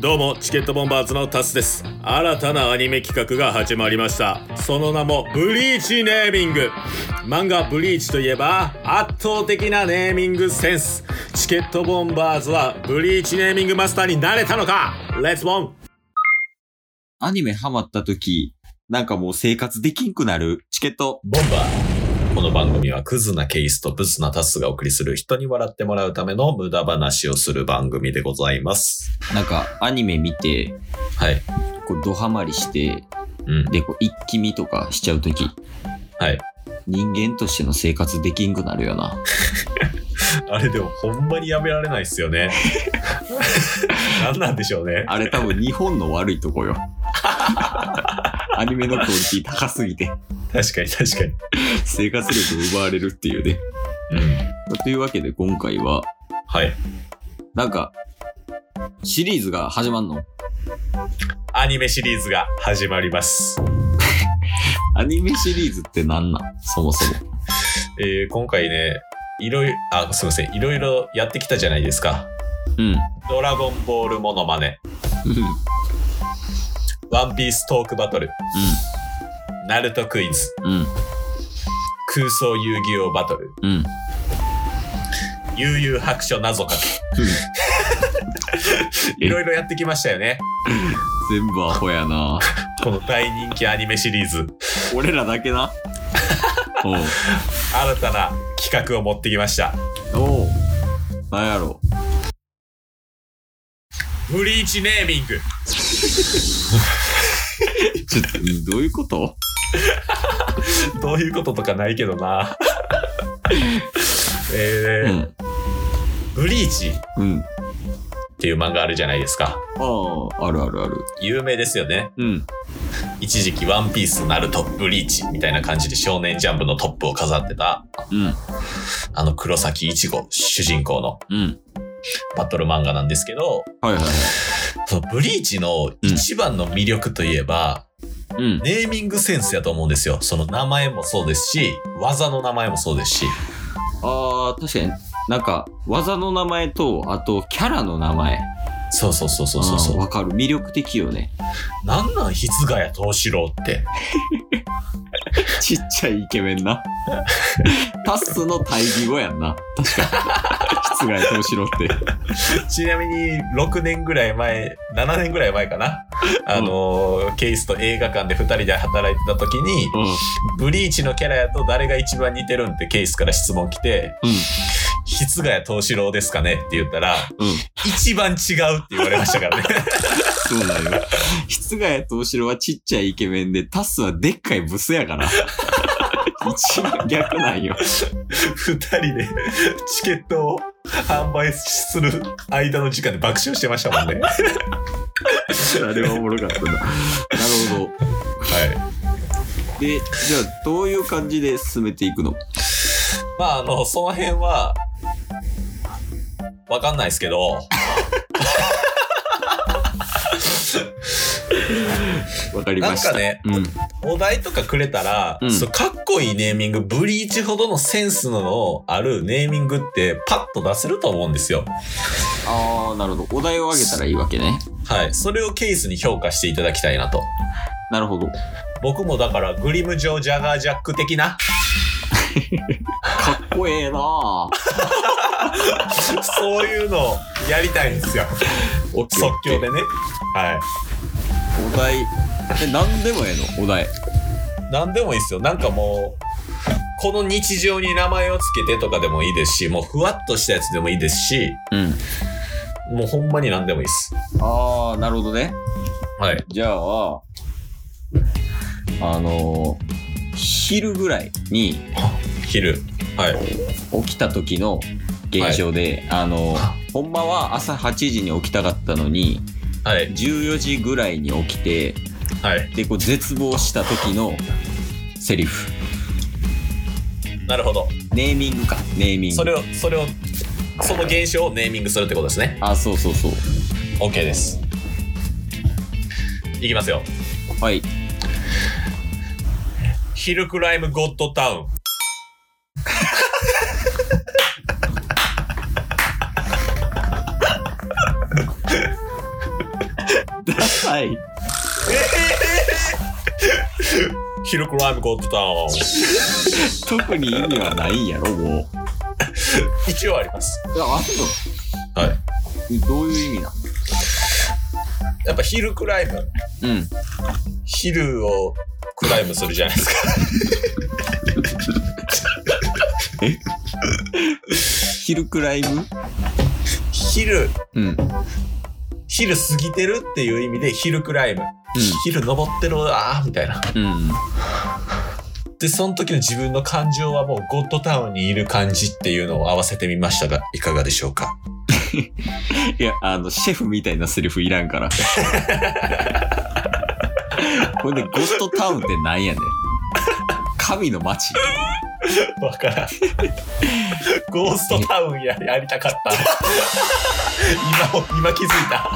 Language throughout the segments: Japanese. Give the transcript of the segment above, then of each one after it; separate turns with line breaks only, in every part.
どうもチケットボンバーズのタスです新たなアニメ企画が始まりましたその名もブリーチネーミング漫画「ブリーチ」といえば圧倒的なネーミングセンスチケットボンバーズはブリーチネーミングマスターになれたのかレッツボン
アニメハマった時、なんかもう生活できんくなるチケット。
ボンバー。この番組はクズなケイスとブスなタスがお送りする人に笑ってもらうための無駄話をする番組でございます。
なんかアニメ見て、
はい。
こうドハマりして、
うん。
で、こう一気見とかしちゃう時、
はい。
人間としての生活できんくなるよな。
あれでもほんまにやめられないっすよ ね。何なんでしょうね。
あれ多分日本の悪いとこよ。 アニメのクオリティ高すぎて、
確かに確かに。
生活力を奪われるっていうね。
うん。
というわけで今回は、
はい。
なんか、シリーズが始まんの
アニメシリーズが始まります。
アニメシリーズってなんなんそもそも。
えー、今回ね、いろいろ、あ、すいません。いろいろやってきたじゃないですか。
うん。
ドラゴンボールモノマネ、ワンピーストークバトル、ナルトクイズ、
うん。うん。
空想遊戯王バトル、
うん。
悠々白書謎かけ。いろいろやってきましたよね。
全部アホやな
この大人気アニメシリーズ。
俺らだけ なおう
新たな企画を持ってきました。
おうなんやろ
ブリーチネーミング。
ちょっとどういうこと
どういうこととかないけどな。 え
う
ー
ん
ブリーチっ
うん
ていう漫画あるじゃないですか。
あああるあるある
有名ですよね。
うん
一時期ワンピース、ナルト、ブリーチみたいな感じで少年ジャンプのトップを飾ってた、
うん
あの黒崎一護主人公の
うん
バトル漫画なんですけど、
はいはいはい
そのブリーチの一番の魅力といえば、
うん
ネーミングセンスやと思うんですよ。その名前もそうですし、技の名前もそうですし。
あー確かになんか技の名前とあとキャラの名前
そうそうそうそうそうそう
うん。わかる魅力的よ ね
なんなん筆ヶ谷藤四郎って。
ちっちゃいイケメンなタッスの対義語やんな確 か室外藤四郎って
ちなみに、6年ぐらい前、7年ぐらい前かな。あのー、ケイスと映画館で2人で働いてた時に、
うん
ブリーチのキャラやと誰が一番似てるんってケイスから質問来て、
う
筆ヶ谷藤四郎ですかねって言ったら、
んうん
一番違うって言われましたからね。
そうなのよ。室外と後ろはちっちゃいイケメンで、タスはでっかいブスやから。一番逆なんよ。
二人でチケットを販売する間の時間で爆笑してましたもんね。は
あれはおもろかったな。なるほど。
い。
で、じゃあ、どういう感じで進めていくの
まあ、あの、その辺は、わかんないですけど、
わかり
な
ま
ん
した。
かね、
うん。
お題とかくれたら、
うん
そうかっこいいネーミング、ブリーチほどのセンスのあるネーミングってパッと出せると思うんですよ。
ああ、なるほど。お題をあげたらいいわけね。
はい。それをケースに評価していただきたいなと。
なるほど。
僕もだから、グリムジョー・ジャガー・ジャック的な、
かっこええなあ
そういうのをやりたいんですよ。
オッケー
即
オッケー
興でね。はい。
お題。え、なんでもええのお題。
何でもいいですよなんかもうこの日常に名前をつけてとかでもいいですしもうふわっとしたやつでもいいですし
うん。
もうほんまに何でもいいです
ああ、なるほどね。
はい
じゃあ、あのー昼ぐらいに
昼はい
起きた時の現象で、あの ーほんまは朝8時に起きたかったのに、
はい
14時ぐらいに起きて、
はい
で、こう絶望した時のセリフ。
なるほど
ネーミングか、ネーミング。
それをそれをその現象をネーミングするってことですね
あ、そうそうそう。
OK ですいきますよ
はい。
ヒルクライムゴッドタウン
ダサい。
ヒルクライムゴッドダウン。
特に意味はないんやろ、もう。
一応あります。
いや、あんの。
はい
どういう意味な
やっぱヒルクライム、
のうん。
ヒルをクライムするじゃないですか。
ヒルクライム
ヒル、
うん。
ヒル過ぎてるっていう意味でヒルクライム。ヒル登ってるあーみたいな。
うん。
で、その時の自分の感情はもうゴッドタウンにいる感じっていうのを合わせてみましたが、いかがでしょうか
いや、あの、シェフみたいなセリフいらんから。これで、ゴッドタウンってなんやねん。神の街。
わからん。ゴーストタウンややりたかった。今も、今気づいた。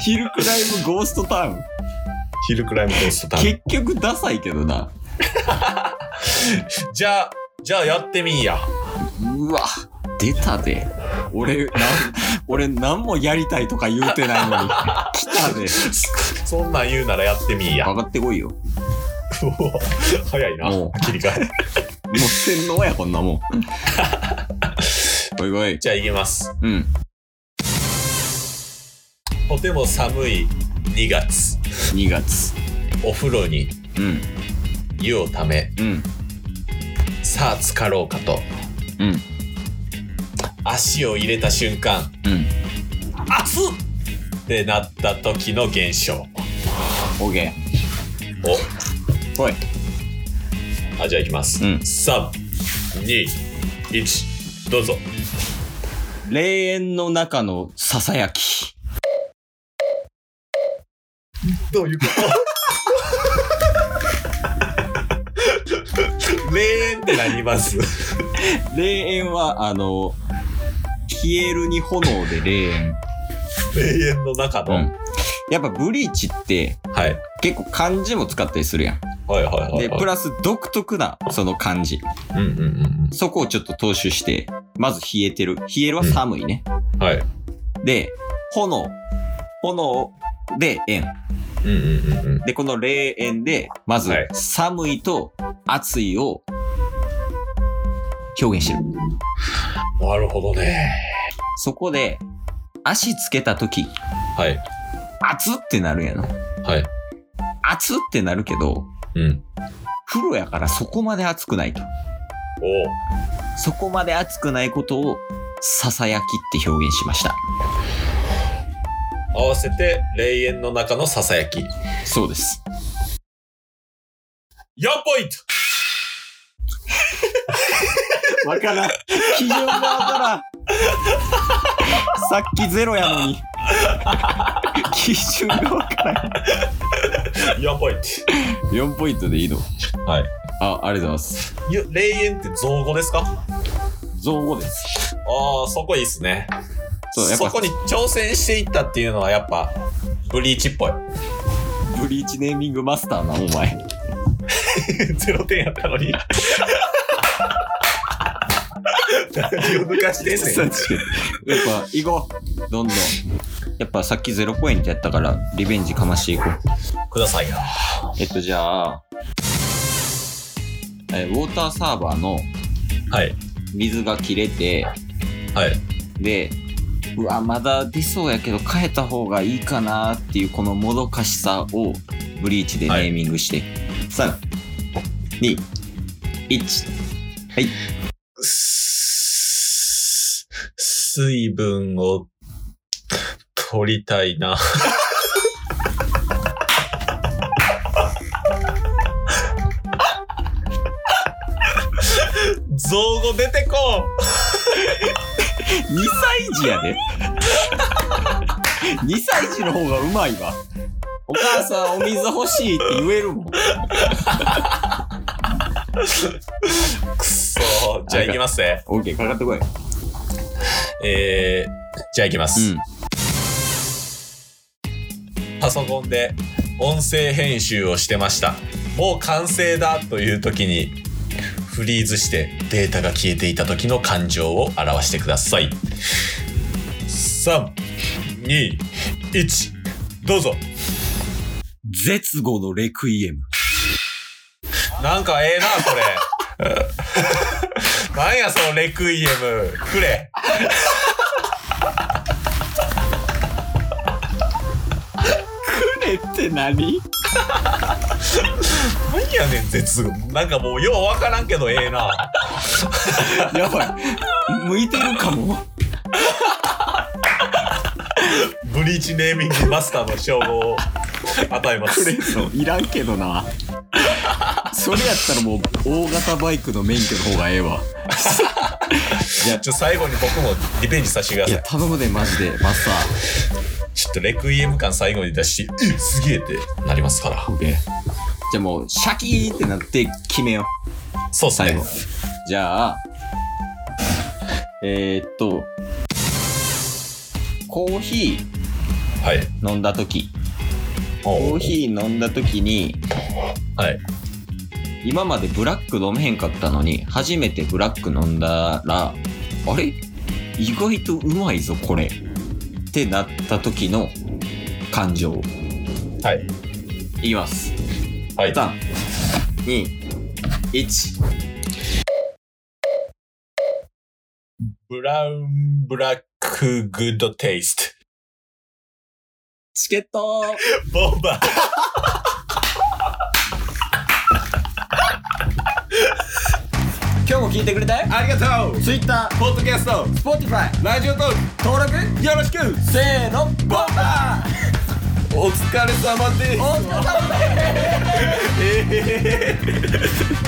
ヒルクライムゴーストタウン。
ヒルクライムゴーストタウン。
結局ダサいけどな。
じゃあ、じゃあやってみんや。
うわ、出たで。俺、なん、俺何もやりたいとか言うてないのに。来たで。
そんなん言うならやってみんや。
上がってこいよ。
うお早いな
おう。
切り替え。
持ってんのや、こんなもん。おいおい。
じゃあ行きます。
うん。
とても寒い2月。
2月。
お風呂に
うん。
湯をため、
うん。
さあ浸かろうかと。
うん。
足を入れた瞬間、
うん。
熱っってなった時の現象。
オッケ
お
ー。おい。
あ、じゃあいきます。
うん
3、2、1、どうぞ。
霊園の中のささやき。
どういうこと霊園ってなります。
霊園は、あの、消えるに炎で霊園。
霊園の中の。
うん。やっぱブリーチって
はい。
結構漢字も使ったりするやん。
はいはいはい、はい。
で、プラス独特なその漢字。
うんうんうん
そこをちょっと踏襲して、まず冷えてる。冷えるは寒いね。
うん。はい。
で、炎。炎で円。
うんうんうんうん。
で、この霊園で、まず
はい
寒いと暑いを表現してる。
なるほどね。
そこで、足つけたとき、
はい。
熱ってなるやな。
はい。
熱ってなるけど、
うん。
風呂やからそこまで熱くないと。
おう
そこまで熱くないことを、ささやきって表現しました。
合わせて、霊園の中のささやき。4
そうです。
ポイント
わからん。基準がわからん。さっきゼロやのに。基準がわからん。
!4 ポイン
4ポイントでいいの
トはい。
あ、ありがとうございます。
ゆ霊園って造語ですかあ
造語です。
あ、そこいいっすね。
そう、やっ
そ
ぱ
こに挑戦していったっていうのはやっぱ、ブリーチっぽい。
ブリーチネーミングマスターな、お前。
0点やったのに。何を抜かしてんねん。
やっぱ、行こう。どんどん。やっぱさっきゼロポイントやったから、リベンジかましていこう。
くださいよ。
えっと、じゃあ、えウォーターサーバーの
はい。
水が切れて、
はい。
で、うわ、まだ出そうやけど変えた方がいいかなっていうこのもどかしさをブリーチでネーミングして。3、2、1。
す水分を取りたい な。造語出てこ
2歳児や で。2歳児の方がうまいわ。お母さんお水欲しいって言えるも
ん
ん。
くっそーじゃあ行きますね。
オッケー、かかってこい。う
えー、じゃあ行きます、
ん。
パソコンで音声編集をしてました。もう完成だという時にフリーズしてデータが消えていた時の感情を表してください。3、2、 1どうぞ
絶後のレクイエム。
なんかええなこれ なんやそのレクイエムくれ
くれって何
なんやねん絶語なんかもうようわからんけどええな
や ばい。向いてるかも。
ブリーチネーミングマスターの称号を与えま
くれ
す
そういらんけどな。それやったらもう大型バイクの免許の方がええわ。
ちょ最後に僕もリベンジさせてくだ
い
さい
や、頼むでマジで、マスター。
ちょっとレクイエム感最後に出して「えすげえ!」ってなりますから
オッケーじゃあもう、シャキーってなって決めよう。
そうっす
最
ね
後。じゃあ、えー、っと、コーヒ
はい
ー飲んだ時コ
お
ー
う
ヒー飲んだ時に、
はい
今までブラック飲めへんかったのに、初めてブラック飲んだら、あれ意外とうまいぞ、これ。ってなった時の感情。
はい
いきます。
はい
3、2、1。
ブラウンブラックグッドテイスト
チケット
ボンバー。
今日も聞いてくれたよ
ありがとう
Twitter、
ポッドキャスト、
Spotify、
ラジオトー
登録
ク、よろしく
せーのボンバー
お疲れ様です
お疲れ様です
えー